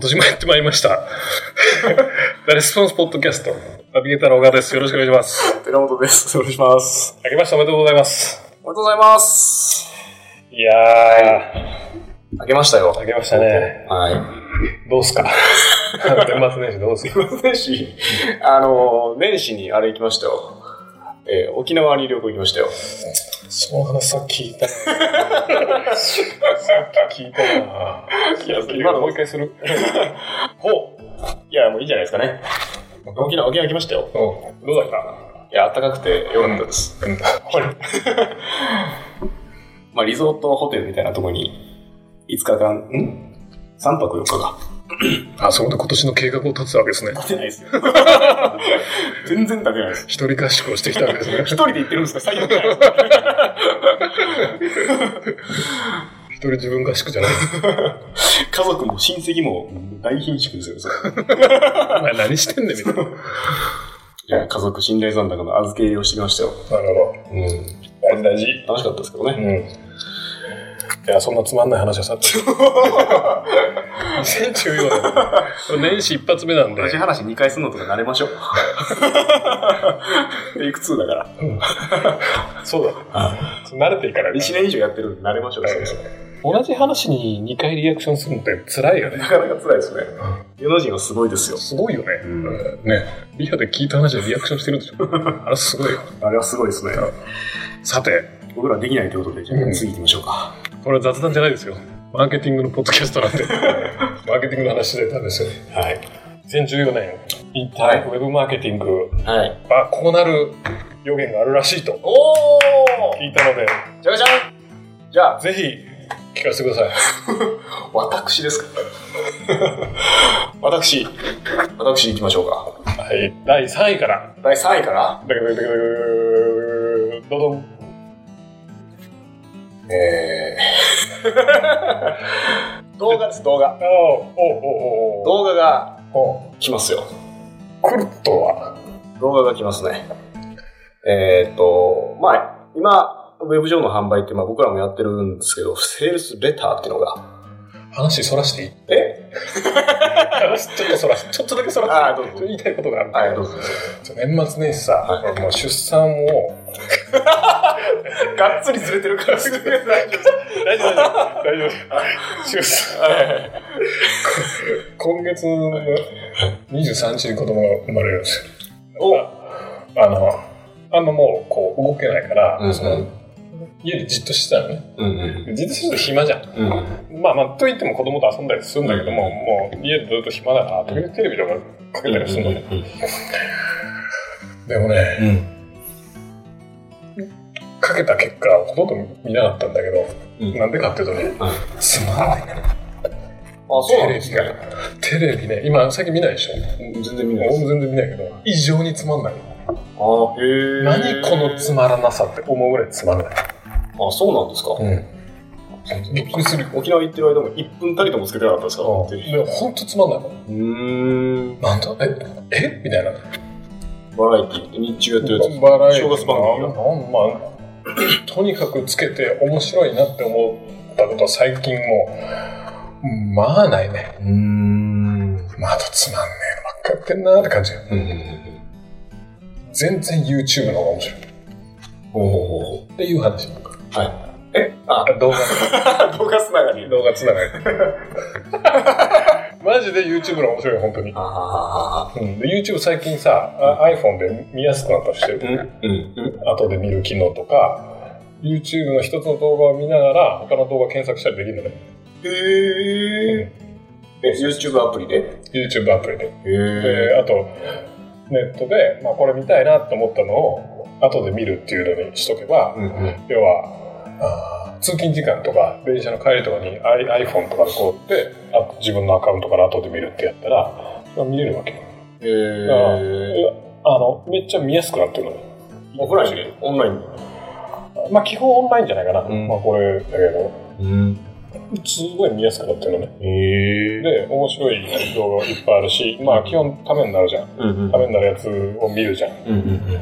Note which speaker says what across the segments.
Speaker 1: 年もやってまいりました。 ザレスポンスポッドキャスト、ナビゲーターの小川です。よろしくお願いします。
Speaker 2: 寺本です。お願いします。
Speaker 1: 明けましておめでとうございます。
Speaker 2: おめでとうございます。
Speaker 1: いや
Speaker 2: 開けましたよ。
Speaker 1: ー、明けましたね。
Speaker 2: は
Speaker 1: どうっすか年末年始どうっすか
Speaker 2: い。年始、あの、年始にあれ行きましたよ。えー沖縄に旅行行きましたよ。
Speaker 1: その話さっき聞いた。さっき聞いたな。いや、今のもう一回する。
Speaker 2: ほういや、もういいじゃないですかね。沖縄、沖縄来ましたよ。
Speaker 1: うん。どうだった
Speaker 2: いや、暖かくてよかったです。
Speaker 1: うん。はい。
Speaker 2: まあ、リゾートホテルみたいなとこに、5日間、ん ?3 泊4日か。
Speaker 1: あ、そこで今年の計画を立てたわけですね。
Speaker 2: 立てないですよ。 全然立てないです。
Speaker 1: 一人合宿をしてきたわけですね
Speaker 2: 一。人で行ってるんですか最悪じゃないですか
Speaker 1: 一人自分合宿じゃない。
Speaker 2: 家族も親戚も大貧縮ですよ、それ。
Speaker 1: お前何してんねん、みたいな。なる
Speaker 2: いや、家族信頼残高の預け入れをしてきましたよ。
Speaker 1: ほ
Speaker 2: う
Speaker 1: ど。大事
Speaker 2: ん。
Speaker 1: 大事。
Speaker 2: 楽しかったですけど ね。
Speaker 1: いや、そんなつまんない話はさ っき。2014年。年始一発目なんで。
Speaker 2: 同じ話2回すんのとか慣れましょう。 テイク2だから。
Speaker 1: そうだ。慣れていからね
Speaker 2: 1年以上やってるんで慣れましょう。それ
Speaker 1: 同じ話に2回リアクションするのって辛いよね。
Speaker 2: なかなか辛いですね。芸能人はすごいですよ。
Speaker 1: すごいよね。
Speaker 2: ん
Speaker 1: ね。リアで聞いた話でリアクションしてるんでし ょ。あれすごいよ。
Speaker 2: あれはすごいですね。
Speaker 1: さて、
Speaker 2: 僕らできないということで、じゃあ次行きましょうか。
Speaker 1: これは雑談じゃないですよ。マーケティングのポッドキャスト なんで。マーケティングの話してたんですよ。
Speaker 2: はい。
Speaker 1: 2014年、インターネットウェブマーケティング
Speaker 2: はい。
Speaker 1: はこうなる予言があるらしいと
Speaker 2: お
Speaker 1: 聞いたので、
Speaker 2: ーじゃがじゃんじゃあ、
Speaker 1: ぜひ聞かせてください。
Speaker 2: 私です か私、私行きましょうか。
Speaker 1: はい、第3位から。
Speaker 2: 第3位から、
Speaker 1: だけど、だけど、どどん。
Speaker 2: えー、動画です、動画。
Speaker 1: ああ、おおおお。
Speaker 2: 動画が
Speaker 1: お
Speaker 2: 来ますよ。
Speaker 1: 来るとは。
Speaker 2: 動画が来ますね。えーっと、まあ、今、ウェブ上の販売って、まあ、僕らもやってるんですけど、セールスレターっていうのが。
Speaker 1: 話そらしていい
Speaker 2: え
Speaker 1: 話ちょっとそらし、 ちょっとだけそらしていい
Speaker 2: あどうぞ
Speaker 1: ちょっと言いたいことがあるんだ
Speaker 2: はい、
Speaker 1: け
Speaker 2: ど
Speaker 1: ど
Speaker 2: うぞ。
Speaker 1: 年末年始さ、俺もう出産を。
Speaker 2: がっつりずれてるから、すぐ大丈夫。
Speaker 1: 大丈夫、大丈夫。出産。今月の23日に子供が生まれるんですよ。
Speaker 2: お
Speaker 1: あの、あんまもう、こう、動けないから、
Speaker 2: うん
Speaker 1: その家でじっとしてたのね。
Speaker 2: うんうん。
Speaker 1: じっとしてると暇じゃん。
Speaker 2: うん。
Speaker 1: まあまあ、と言っても子供と遊んだりするんだけども、もう家でずっと暇だから、時々テレビとかかけたりするのね。でもね、
Speaker 2: うん。
Speaker 1: かけた結果、ほとんど見なかったんだけど、
Speaker 2: うん。
Speaker 1: なんでかっていうとね、
Speaker 2: あ、
Speaker 1: つまらないね。
Speaker 2: そうなんです
Speaker 1: テレビ
Speaker 2: ね。
Speaker 1: が。テレビね、今最近見ないでしょ。
Speaker 2: 全然見ない
Speaker 1: 俺
Speaker 2: です。
Speaker 1: も全然見ないけど、異常につまんない。
Speaker 2: あ、へー
Speaker 1: 何このつまらなさって思うぐらいつまんない。
Speaker 2: あ、そうなんですか。
Speaker 1: びっくりするよ。
Speaker 2: 沖縄行ってる間も1分たりともつけてなかったですか
Speaker 1: でもほんとつまんないもん。
Speaker 2: うーん。
Speaker 1: なんだ、え、えみたいな。
Speaker 2: バラエティって日中やってるやつですか
Speaker 1: バラエティ
Speaker 2: 正月番組が。
Speaker 1: なんまあとにかくつけて面白いなって思ったことは最近もうまあないね
Speaker 2: うーん。
Speaker 1: まだつまんねえのばっかやってんなって感じよ
Speaker 2: うん。
Speaker 1: 全然 YouTube の方が面白い
Speaker 2: ほうほうほう
Speaker 1: っていう話
Speaker 2: ほう。はい。えあ、
Speaker 1: 動画
Speaker 2: 動画つながり。
Speaker 1: 動画つながり マジで YouTube の方が面白い本当に、
Speaker 2: ああ。
Speaker 1: うん、で YouTube 最近さあ iPhone で見やすくなったりしてる
Speaker 2: うん。うん。
Speaker 1: 後で見る機能とか YouTube の一つの動画を見ながら他の動画検索したりできるのね
Speaker 2: へえ。え、YouTube アプリでへ
Speaker 1: YouTube アプリで
Speaker 2: え。
Speaker 1: であとネットで、まあ、これ見たいなと思ったのを後で見るっていうのにしとけば、
Speaker 2: うんうん。
Speaker 1: 要はあー通勤時間とか電車の帰りとかに I- iPhone とかでこうってあ自分のアカウントから後で見るってやったらまあ見れるわけ、
Speaker 2: へえ。
Speaker 1: あのめっちゃ見やすくなってるのよ
Speaker 2: オフラインオンライン
Speaker 1: まあ基本オンラインじゃないかな、
Speaker 2: うん
Speaker 1: まあ、これだけど
Speaker 2: うん。
Speaker 1: すごい見やすくなってるのね
Speaker 2: へえ。
Speaker 1: で面白い動画いっぱいあるしまあ基本ためになるじゃん
Speaker 2: うんうん
Speaker 1: ためになるやつを見るじゃん
Speaker 2: うんうん。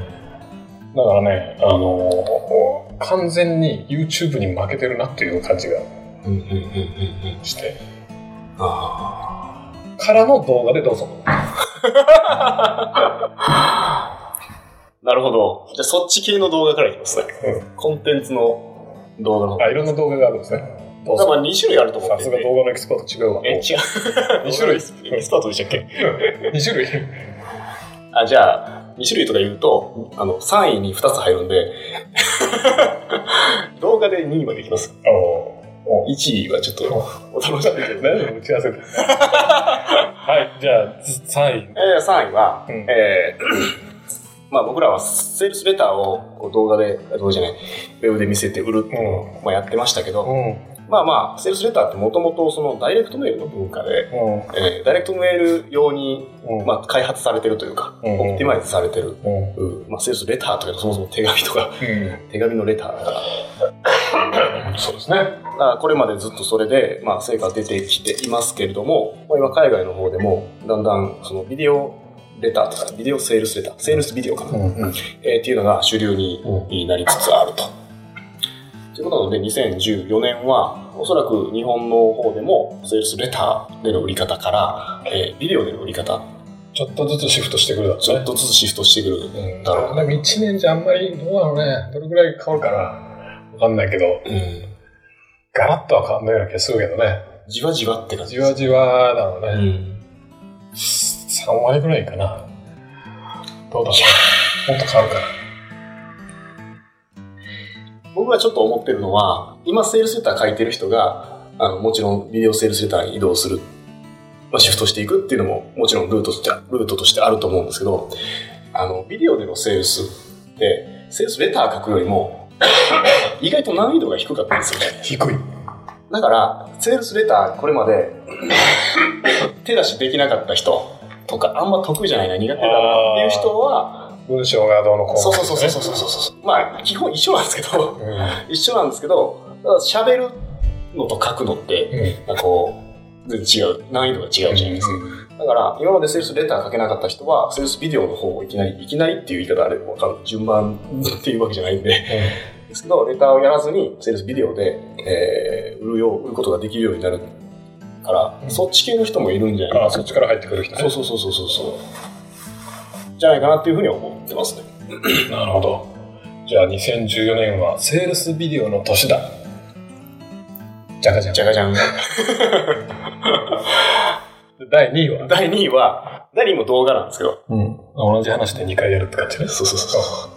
Speaker 1: だからね、あのー完全に YouTube に負けてるなっていう感じが
Speaker 2: うんうんうんうんうん。
Speaker 1: して、
Speaker 2: ああ。
Speaker 1: からの動画でどうぞ。
Speaker 2: なるほど。じゃあそっち系の動画からいきますね。
Speaker 1: う
Speaker 2: コンテンツの動画の方。
Speaker 1: あ、いろんな動画があるんですね。どう
Speaker 2: ま
Speaker 1: ぞ。
Speaker 2: あ2種類あると思
Speaker 1: さ
Speaker 2: って
Speaker 1: す
Speaker 2: い
Speaker 1: が
Speaker 2: て。
Speaker 1: 動画のエキスパート違うわ。
Speaker 2: え、違う。
Speaker 1: 二種類
Speaker 2: エキスパートでしたっけ
Speaker 1: 2種類。
Speaker 2: あ、じゃあ、2種類とか言うと、あの、3位に2つ入るんで、 動画で2位までいきます。
Speaker 1: おお
Speaker 2: 1位はちょっと、お楽しみに。
Speaker 1: 何で打ち合わせて はい、じゃあ、3位。
Speaker 2: えー、3位は、
Speaker 1: うん
Speaker 2: えー まあ僕らはセールスレターをこう動画で、あ動画じゃない、ウェブで見せて売るっていうのをまあやってましたけど、
Speaker 1: ん。
Speaker 2: まあまあ、セールスレターってもともとそのダイレクトメールの文化で、えーダイレクトメール用に、
Speaker 1: うん。
Speaker 2: まあ、開発されてるというか、
Speaker 1: うん
Speaker 2: オプティマイズされてる、
Speaker 1: うん。
Speaker 2: うんまあ、セールスレターというかそもそも手紙とか、
Speaker 1: う
Speaker 2: 手紙のレターだから、
Speaker 1: ん。そうですね。
Speaker 2: だからこれまでずっとそれで、まあ、成果出てきていますけれども、まあ、今海外の方でもだんだんそのビデオレターとかビデオセールスレターセールスビデオかな、
Speaker 1: うん。
Speaker 2: えーっていうのが主流になりつつあると。ということなので2014年はおそらく日本の方でもセールスレターでの売り方から、えービデオでの売り方
Speaker 1: ちょっとずつシフトしてくるだろうね
Speaker 2: ちょっとずつシフトしてくる。
Speaker 1: うん
Speaker 2: だろう
Speaker 1: なんか1年じゃあんまりどうなのねどれぐらい変わるかなわかんないけどガラッとは変わんないような気がするけどね
Speaker 2: じわじわって感じ
Speaker 1: じ
Speaker 2: です
Speaker 1: わじわだろう
Speaker 2: う
Speaker 1: ね、
Speaker 2: ん
Speaker 1: 3割ぐらいかなどうだろうもっと変わるか
Speaker 2: 僕がちょっと思ってるのは今セールスレター書いてる人があのもちろんビデオセールスレターに移動する、まあ、シフトしていくっていうのももちろんルートとしてルートとしてあると思うんですけどあのビデオでのセールスってセールスレター書くよりも 意外と難易度が低かったんですよね
Speaker 1: な低い
Speaker 2: だからセールスレターこれまで 手出しできなかった人とかあんま得意じゃないな苦手だなっていう人は
Speaker 1: 文章がどうのこうの
Speaker 2: そうそうそうそうそうそうそうまあ基本一緒なんですけど
Speaker 1: う、う
Speaker 2: 一緒なんですけどただ喋るのと書くのって
Speaker 1: んうん
Speaker 2: なんかこう全然違う難易度が違うじゃないですか、だから今までセールスレター書けなかった人はセールスビデオの方をいきなりいきなりっていう言い方あれわかる順番っていうわけじゃないんでですけどレターをやらずにセールスビデオで、えー売るよう売ることができるようになるから、
Speaker 1: うん
Speaker 2: そっち系の人もいるんじゃないか
Speaker 1: あ
Speaker 2: な
Speaker 1: あそっちから入ってくる人ね
Speaker 2: そうそうそうそうそうそうじゃないかなっていうふうに思ってますね
Speaker 1: なるほどじゃあ2014年はセールスビデオの年だじゃかじゃん
Speaker 2: じゃがじゃん
Speaker 1: 第2位は
Speaker 2: 第2位は第2位も動画なんですけど
Speaker 1: うん、同じ話で2回やるって感じね。
Speaker 2: そうそうそうそう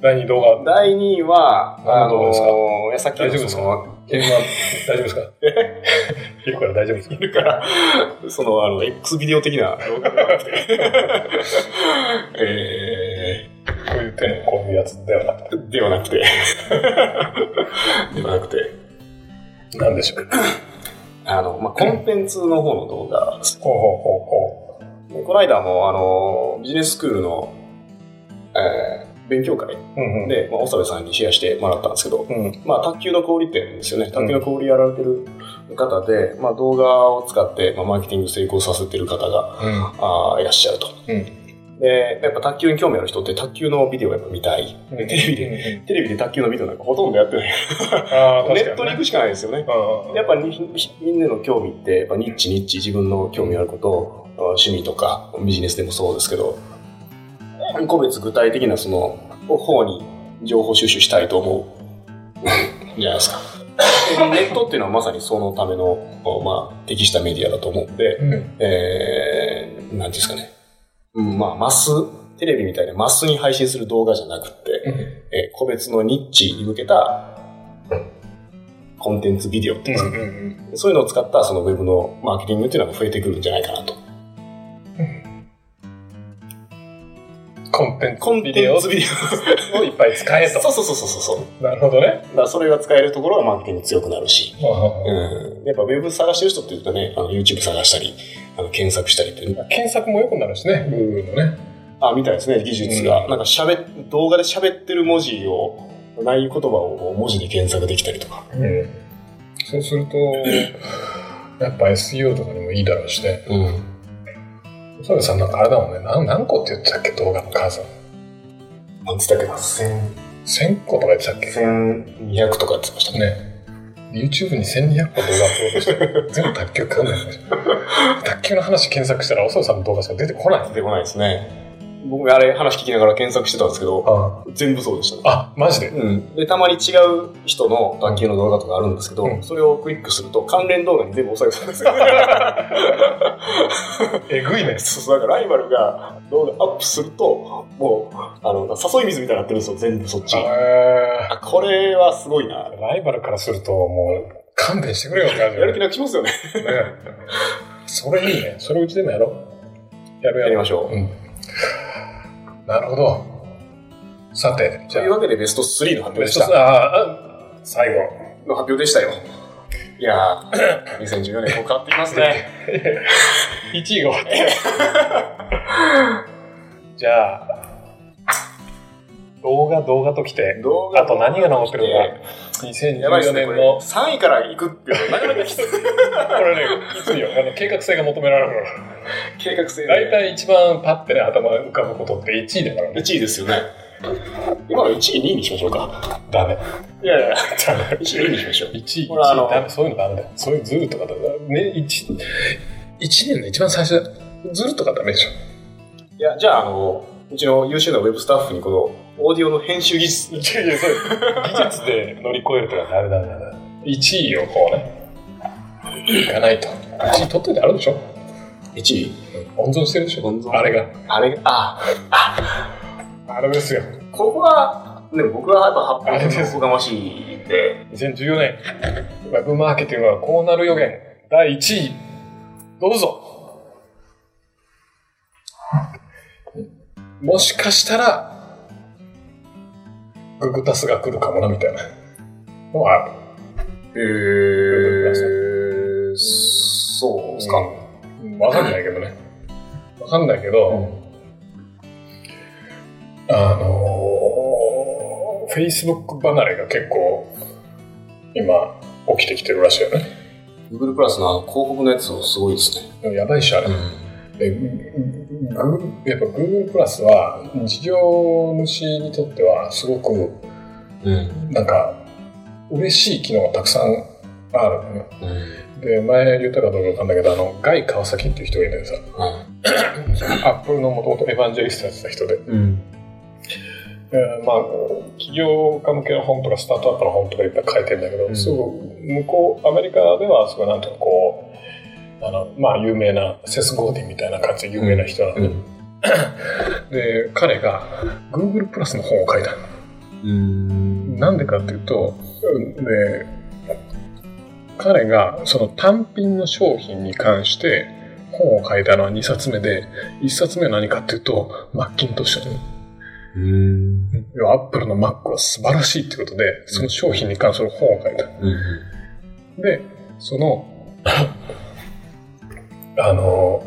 Speaker 1: 第2動画、
Speaker 2: 第2位は、
Speaker 1: 何
Speaker 2: あ
Speaker 1: の動画
Speaker 2: の
Speaker 1: ですか
Speaker 2: ー、矢崎
Speaker 1: 大丈夫ですかゲームは大丈夫ですか いるから大丈夫ですか
Speaker 2: いるから、その、あの、X ビデオ的な動画があって。 え
Speaker 1: こういう手のこういうやつではなく
Speaker 2: ー、ではなくて。 ではなくて。
Speaker 1: て、なんでしょう。
Speaker 2: あの、まあ、コンテンツの方の動画です。
Speaker 1: ほうほ
Speaker 2: でこの間も、あのー、ビジネススクールの、えー、勉強会
Speaker 1: うほうほう。うんうん。
Speaker 2: で、まあ、長部さんにシェアしてもらったんですけど、
Speaker 1: うん、
Speaker 2: まあ、卓球の小売店ですよね。卓球の小売やられてる方で、まあ、動画を使って、まあ、マーケティング成功させてる方があーいらっしゃると。
Speaker 1: うん
Speaker 2: で、やっぱ卓球に興味ある人って卓球のビデオがやっぱ見たい。
Speaker 1: うん。
Speaker 2: テレビ
Speaker 1: で。
Speaker 2: テレビで卓球のビデオなんかほとんどやってない。
Speaker 1: ああ、確かに、
Speaker 2: ネ
Speaker 1: ね。
Speaker 2: ットに行くしかないですよね。
Speaker 1: うん。
Speaker 2: やっぱりみんなの興味って、やっぱニッチニッチ自分の興味あること、あー趣味とかビジネスでもそうですけど、個別具体的なその方に情報収集したいと思うじゃない ですか。でネットっていうのはまさにそのための、まあ、適したメディアだと思うんで、
Speaker 1: うん。
Speaker 2: えー、なんていうんですかね。うんまあ、マス、テレビみたいなマスに配信する動画じゃなくって、えー個別のニッチに向けたコンテンツビデオっていうんですか
Speaker 1: うんうん
Speaker 2: そういうのを使ったそのウェブのマーケティングっていうのが増えてくるんじゃないかなと。
Speaker 1: うん。コンテン
Speaker 2: コン
Speaker 1: ツ
Speaker 2: テ
Speaker 1: ビ
Speaker 2: ンツビデ
Speaker 1: デオ
Speaker 2: オを
Speaker 1: をいっぱい使え
Speaker 2: そう
Speaker 1: と。
Speaker 2: そうそうそうそう。
Speaker 1: なるほどね。
Speaker 2: だからそれが使えるところはマーケティング強くなるし。
Speaker 1: うん
Speaker 2: うん。やっぱウェブ探してる人って言うとね、あの YouTube 探したり、あの検索したりっていう。
Speaker 1: 検索も良くなるしね、Google のね。
Speaker 2: あ、みたいですね、技術が。
Speaker 1: うん
Speaker 2: なんか喋、動画で喋ってる文字を、ない言葉を文字で検索できたりとか。
Speaker 1: うん。そうすると、やっぱ SEO とかにもいいだろうしね。
Speaker 2: うん。
Speaker 1: そうです、なんかあれだもんね。何何個って言ってたっけ動画の数。
Speaker 2: なんつったっけな、千、
Speaker 1: 1000個とか言ってたっけ
Speaker 2: 千二百とかって言ってましたね。
Speaker 1: ね。 YouTube に1200本動画アップロードして、全部卓球関 連で。卓球の話検索したら、おそろさんの動画しか出てこない。
Speaker 2: 出てこないですね。僕あれ話聞きながら検索してたんですけど、
Speaker 1: あ、
Speaker 2: 全部そうでしたね。
Speaker 1: あマジで。
Speaker 2: うん、でたまに違う人の卓球の動画とかあるんですけど、
Speaker 1: うん
Speaker 2: それをクリックすると関連動画に全部押されてたんですよ
Speaker 1: えぐいね。
Speaker 2: そうだからライバルが動画アップするともうあの誘い水みたいになってるんですよ全部そっちあ
Speaker 1: え
Speaker 2: これはすごいな
Speaker 1: ーライバルからすると、もう、勘弁してくれよって感じ
Speaker 2: や
Speaker 1: だ
Speaker 2: る
Speaker 1: よ
Speaker 2: 気
Speaker 1: ね。
Speaker 2: なくしますよね
Speaker 1: ねそれいいね。それうちでもやろう。やるや
Speaker 2: やり
Speaker 1: ろ
Speaker 2: ましょ
Speaker 1: う。
Speaker 2: う
Speaker 1: うん。なるほど。さて、じ
Speaker 2: と
Speaker 1: ゃ
Speaker 2: いうわけでベスト3の発
Speaker 1: あ、
Speaker 2: 表
Speaker 1: ベ
Speaker 2: でし
Speaker 1: スト
Speaker 2: た
Speaker 1: スあーあ、最後。
Speaker 2: の発表でしたよいやー2014年こう変わってきますね
Speaker 1: 1位が終わってじゃあ動画動画ときて
Speaker 2: 動画
Speaker 1: あと何が残ってるのか
Speaker 2: やばい
Speaker 1: 2014
Speaker 2: ですね
Speaker 1: 年
Speaker 2: こ
Speaker 1: の
Speaker 2: れ3位からいくっていうのはなかなかきつい
Speaker 1: これねきついよあの計画性が求められるか
Speaker 2: 計画性で
Speaker 1: ら大体一番パッてね頭が浮かぶことって1位だからね
Speaker 2: 1位ですよね。今の1位、2位にしましょうか。
Speaker 1: ダメ
Speaker 2: いやいや、
Speaker 1: ダメ
Speaker 2: 1位、2位にしましょう。
Speaker 1: 1位
Speaker 2: ほらあの
Speaker 1: 1位ダメそういうのダメだよそういうズルとかだね一一年の一番最初だズルとかダメでしょ
Speaker 2: いや、じゃあ、あの、うちの優秀なウェブスタッフにこの、オーディオの編集技術、
Speaker 1: いやいや、そう技術で乗り越えるとかダメだメだな。1位をこうね、いかないと。1位取っといてあるでしょ
Speaker 2: 1位、
Speaker 1: 温存してるでしょ
Speaker 2: 温存
Speaker 1: あれが。
Speaker 2: あれ、あ、
Speaker 1: あれですよ。
Speaker 2: ここは、ね、僕はやっぱ
Speaker 1: あれで
Speaker 2: 発表
Speaker 1: す
Speaker 2: おこがましいんで、
Speaker 1: 2014年、ウェブマーケティングはこうなる予言、第1位、どうぞ。もしかしたら、ググタスが来るかもな、みたいなのはある。
Speaker 2: えー、そうですか。
Speaker 1: うんわかんないけどね。わかんないけど、あのー、Facebook 離れが結構今起きてきてるらしいよね。
Speaker 2: Google プラスのあの広告のやつもすごいですね。
Speaker 1: やばいっしょ、あれ。でググやっぱ Google プラスは事業主にとってはすごく
Speaker 2: うん。
Speaker 1: なんか嬉しい機能がたくさんあるのね。
Speaker 2: うん。
Speaker 1: で、前言ったかどうかわかんないけど、あの、ガイ川崎っていう人がいてさ、アップルのもともとエヴァンジェリストやってた人で、
Speaker 2: うん。
Speaker 1: えーまあ、企業家向けの本とかスタートアップの本とかいっぱい書いてるんだけど、
Speaker 2: うん
Speaker 1: すごく向こうアメリカではすごいなんていうのこうあのまあ有名なセス・ゴーディンみたいな感じで有名な人なんで,、
Speaker 2: うん。
Speaker 1: で彼が Google プラスの本を書いた
Speaker 2: うん。
Speaker 1: なんでかっていうと、うんで彼がその単品の商品に関して本を書いたのは2冊目で1冊目は何かっていうとマッキントッシュの
Speaker 2: うん。
Speaker 1: 要はアップルの Mac は素晴らしいってことで、その商品に関する本を書いた。
Speaker 2: うん。
Speaker 1: で、その、 あの、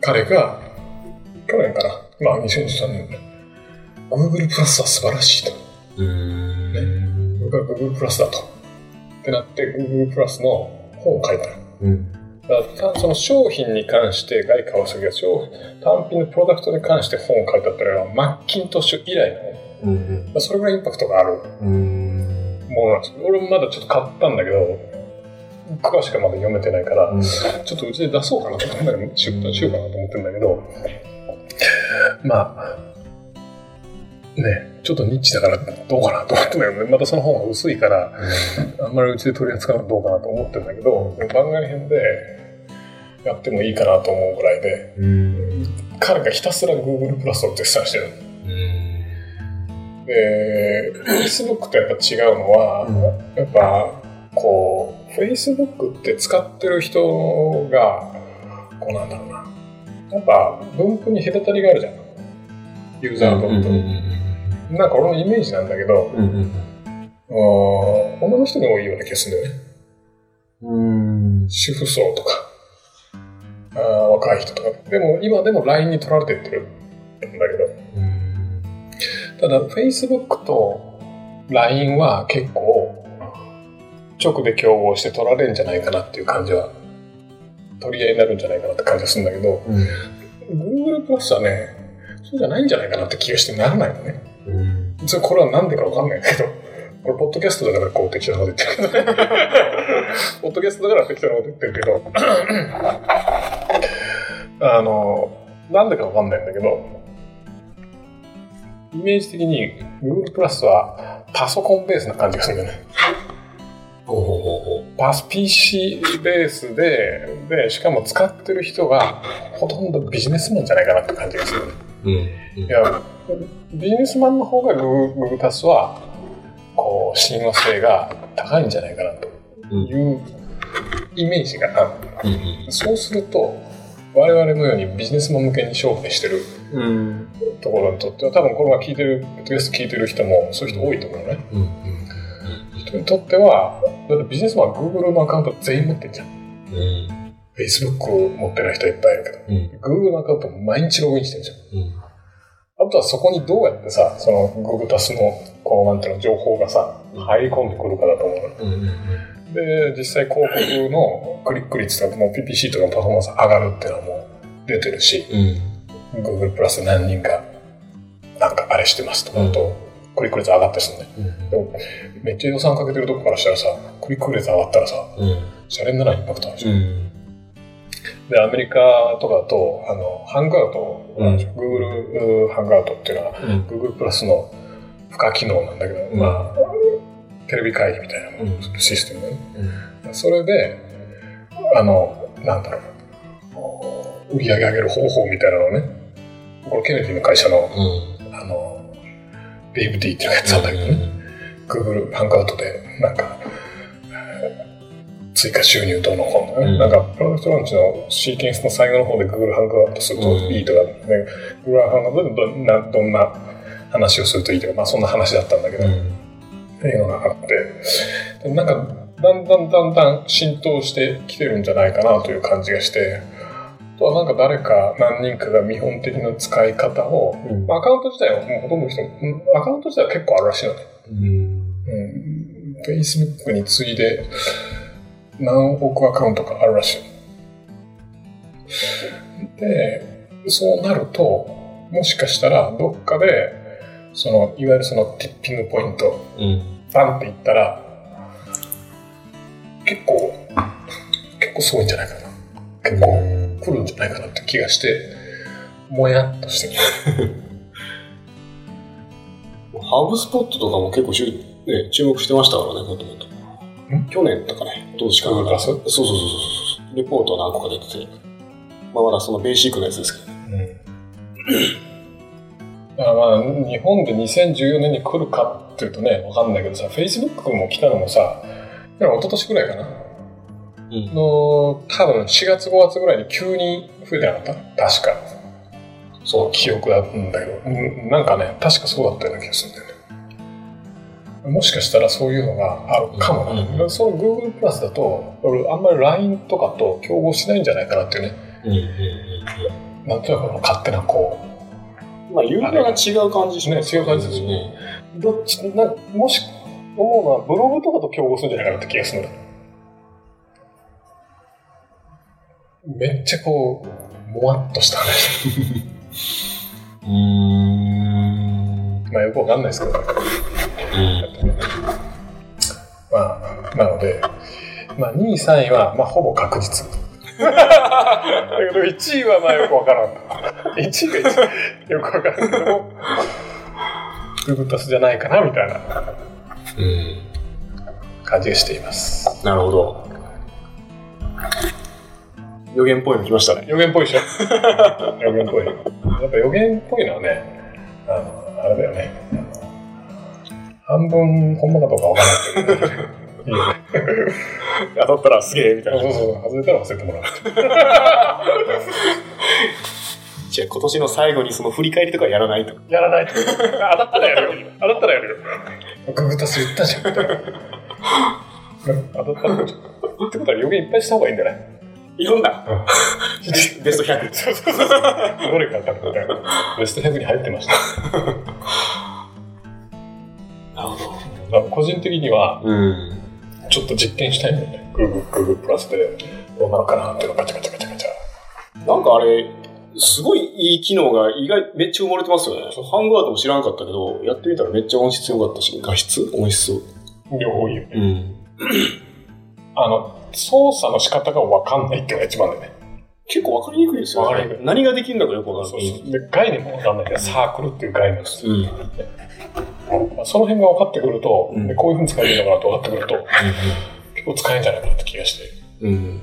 Speaker 1: 彼が、去年かな、まあ2013年ね、Google プラスは素晴らしいと。
Speaker 2: うーん。
Speaker 1: 僕は Google プラスだと。ってなって、Google プラスの本を書いた。
Speaker 2: うん。
Speaker 1: だからたその商品に関して、外貨を下げ商単品のプロダクトに関して本を書いたってのは、マッキントッシュ以来のね、
Speaker 2: うん。
Speaker 1: それぐらいインパクトがある。
Speaker 2: うん。
Speaker 1: ものなんですけど俺もまだちょっと買ったんだけど詳しくはまだ読めてないから、ちょっとうちで出そうかなと思ったり出版しようかなと思ってるんだけどまあねちょっとニッチだからどうかなと思ってんだけどねまたその本が薄いからあんまりうちで取り扱うのどうかなと思ってるんだけどでも番外編でやってもいいかなと思うぐらいで
Speaker 2: うん。
Speaker 1: 彼がひたすら Google プラスを絶賛してるで Facebook とやっぱ違うのは、
Speaker 2: う
Speaker 1: やっぱこう Facebook って使ってる人がこうなんだろうなやっぱ分布に隔たりがあるじゃんユーザーと、なんか俺のイメージなんだけどうーん女の人に多いような気がするんだよね
Speaker 2: うん。
Speaker 1: 主婦層とかあー若い人とかでも今でも LINE に取られてってるんだけどただ Facebook と LINE は結構直で競合して取られるんじゃないかなっていう感じは取り合いになるんじゃないかなって感じがするんだけど Google プラスはねそうじゃないんじゃないかなって気がしてならないのねそれこれは何でか分かんないけどこれ、ポッドキャストだからこう適当なこと言ってるけどね。ポッドキャストだから適当なこと言ってるけど、あの、なんでかわかんないんだけど、イメージ的に Google プラスはパソコンベースな感じがするんだよね。
Speaker 2: ほうほうほうほ
Speaker 1: パス PC ベースで、で、しかも使ってる人がほとんどビジネスマンじゃないかなって感じがする。
Speaker 2: う。うん。
Speaker 1: いや、ビジネスマンの方が Google プラスは、こう、親和性が高いんじゃないかなというイメージがある。
Speaker 2: うん。
Speaker 1: そうすると、我々のようにビジネスマン向けに商品してる
Speaker 2: うん。
Speaker 1: ところにとっては、多分これは聞いてる、ポッドキャスト聞いてる人もそういう人多いと思うのね。
Speaker 2: うん。
Speaker 1: 人にとっては、だってビジネスマンは Google のアカウント全員持ってんじゃん。
Speaker 2: うん。
Speaker 1: Facebook を持ってない人いっぱいいるけど。
Speaker 2: うん。
Speaker 1: Google のアカウント毎日ログインしてるじゃん。
Speaker 2: うん。
Speaker 1: あとはそこにどうやってさ、その Google プラスの、こうなんていうの、情報がさ、入り込んでくるかだと思うの。
Speaker 2: うん。
Speaker 1: で、実際広告のクリック率とかもう PPC とかのパフォーマンス上がるっていうのはもう出てるし、Google プラス何人か、なんかあれしてますとかだと、クリック率上がったりするね。でも、めっちゃ予算かけてるとこからしたらさ、クリック率上がったらさ、シャレにならないインパクトあるじゃん。で、アメリカとかだと、あの、ハングアウト、
Speaker 2: うん
Speaker 1: Google ハングアウトっていうのは、
Speaker 2: うん。
Speaker 1: Google プラスの付加機能なんだけど、
Speaker 2: うん
Speaker 1: まあ、テレビ会議みたいなもん
Speaker 2: う
Speaker 1: システムね。それで、あの、なんだろう、売り上げ上げる方法みたいなのをね、これケネディの会社の、あの、デイブ D っていうのがやってたんだけどね、Google ハングアウトで、なんか、追加収入どうのこうのね、
Speaker 2: うん
Speaker 1: なんかプロダクトランチのシーケンスの最後の方で Google ハングアウトするといいとか、ね Google ハングアウトでどんなどんな話をするといいとか、まあ、そんな話だったんだけど、っていうのがあってでなんかだんだんだんだん浸透してきてるんじゃないかなという感じがしてあとはなんか誰か何人かが見本的な使い方を、まあ、アカウント自体はもうほとんどの人うんアカウント自体は結構あるらしいよねうん、Facebook に次いで何億アカウントかあるらしい。で、そうなると、もしかしたらどっかで、その、いわゆるそのティッピングポイント、バンっていったら、結構、結構すごいんじゃないかな。結構来るんじゃないかなって気がして、もやっとしてる。
Speaker 2: ハブスポットとかも結構注,、ね、注目してましたからね、もともと。去年とかね、どうしかな
Speaker 1: グーグルプラス
Speaker 2: そうそうそうそう。レポートは何個か出てて。まあ、まだそのベーシックなやつですけどね。
Speaker 1: だからまあ日本で2014年に来るかっていうとねわかんないけどさ Facebook も来たのもさでも一昨年ぐらいかな
Speaker 2: うん。
Speaker 1: の多分4月5月ぐらいに急に増えてなかった確かそう記憶だったんだけどうんなんかね確かそうだったような気がするんだよねもしかしたらそういうのがあるかもな、
Speaker 2: うんうん
Speaker 1: その Google プラスだと俺あんまり LINE とかと競合しないんじゃないかなっていうね
Speaker 2: うんうんうん
Speaker 1: なんとなくこの勝手なこう
Speaker 2: うん。まあ、ユーザーが違う感じします
Speaker 1: ね違う感じですよ
Speaker 2: ね。
Speaker 1: どっちなもし思うのはブログとかと競合するんじゃないかなって気がするのめっちゃこうもわっとした話
Speaker 2: うーん。
Speaker 1: まあよくわかんないですけどまあなので、まあ、2位3位は、まあ、ほぼ確実だけど1位はまあよくわからん1位が1位よくわからんけどもググタスじゃないかなみたいな
Speaker 2: うん。
Speaker 1: 感じがしています
Speaker 2: なるほど。予言っぽいの来ましたね。
Speaker 1: 予言っぽいでしょ予言っぽいやっぱ予言っぽいのはねあのあれだよね半分本物かどうかわからないけどいいよね
Speaker 2: 当たったらすげえみた
Speaker 1: そうそうそう外れたら忘れてもらう
Speaker 2: じゃあ今年の最後にその振り返りとかやらないと。
Speaker 1: やらないと当たったらやるよ当たったらやるよググタス言ったじゃんみたいな当たったらやるってことは予言いっぱいした方がいいんじ ゃない
Speaker 2: いろんなベスト100。
Speaker 1: そうそうそうどれか当たるみたいなベスト100に入ってました
Speaker 2: なるほ
Speaker 1: あの個人的には
Speaker 2: ど。うん。
Speaker 1: ちょっと実験したいんだよね。Google, Google プラスでどうなるかなっていうのをガチャガチャガチャガチャ。
Speaker 2: なんかあれ、すごいいい機能が意外、めっちゃ埋もれてますよね。ハングアウトも知らんかったけど、やってみたらめっちゃ音質良かったし、画質音質
Speaker 1: 両方いいよね。
Speaker 2: うん、
Speaker 1: あの、操作の仕方がわかんないっていうのが一番だよね。
Speaker 2: 結構わかりにくいですよ
Speaker 1: わかり
Speaker 2: ね
Speaker 1: にくい
Speaker 2: 何ができるんだかよくわか
Speaker 1: そう
Speaker 2: らない
Speaker 1: そうで概念もわかんないけど、サークルっていう概念です。
Speaker 2: うん
Speaker 1: まあその辺が分かってくると、
Speaker 2: うん
Speaker 1: でこういうふうに使えるのかなと分かってくると、結構使えるんじゃないかなって気がして
Speaker 2: うん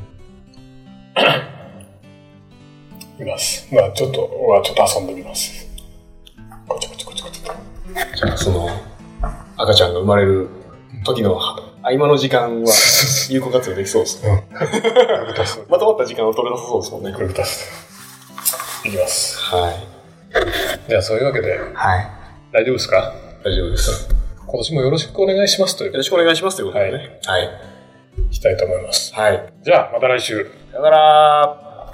Speaker 1: います。まあちょっと、俺はちょっと遊んでみます。こちょこちょこちょこちょこ。
Speaker 2: その赤ちゃんが生まれる時の合間の時間 は有効活用できそうですね
Speaker 1: グループタス。
Speaker 2: まとまった時間を取れなさそうですもんね
Speaker 1: グループタス。いきます。
Speaker 2: はい
Speaker 1: じゃあそういうわけで、
Speaker 2: はい
Speaker 1: 大丈夫ですか
Speaker 2: 大丈夫ですよ
Speaker 1: 今年もよろしくお願いしますという
Speaker 2: ろしくお願いしますということでねはい
Speaker 1: したいと思います。
Speaker 2: はい
Speaker 1: じゃあまた来週。
Speaker 2: さよなら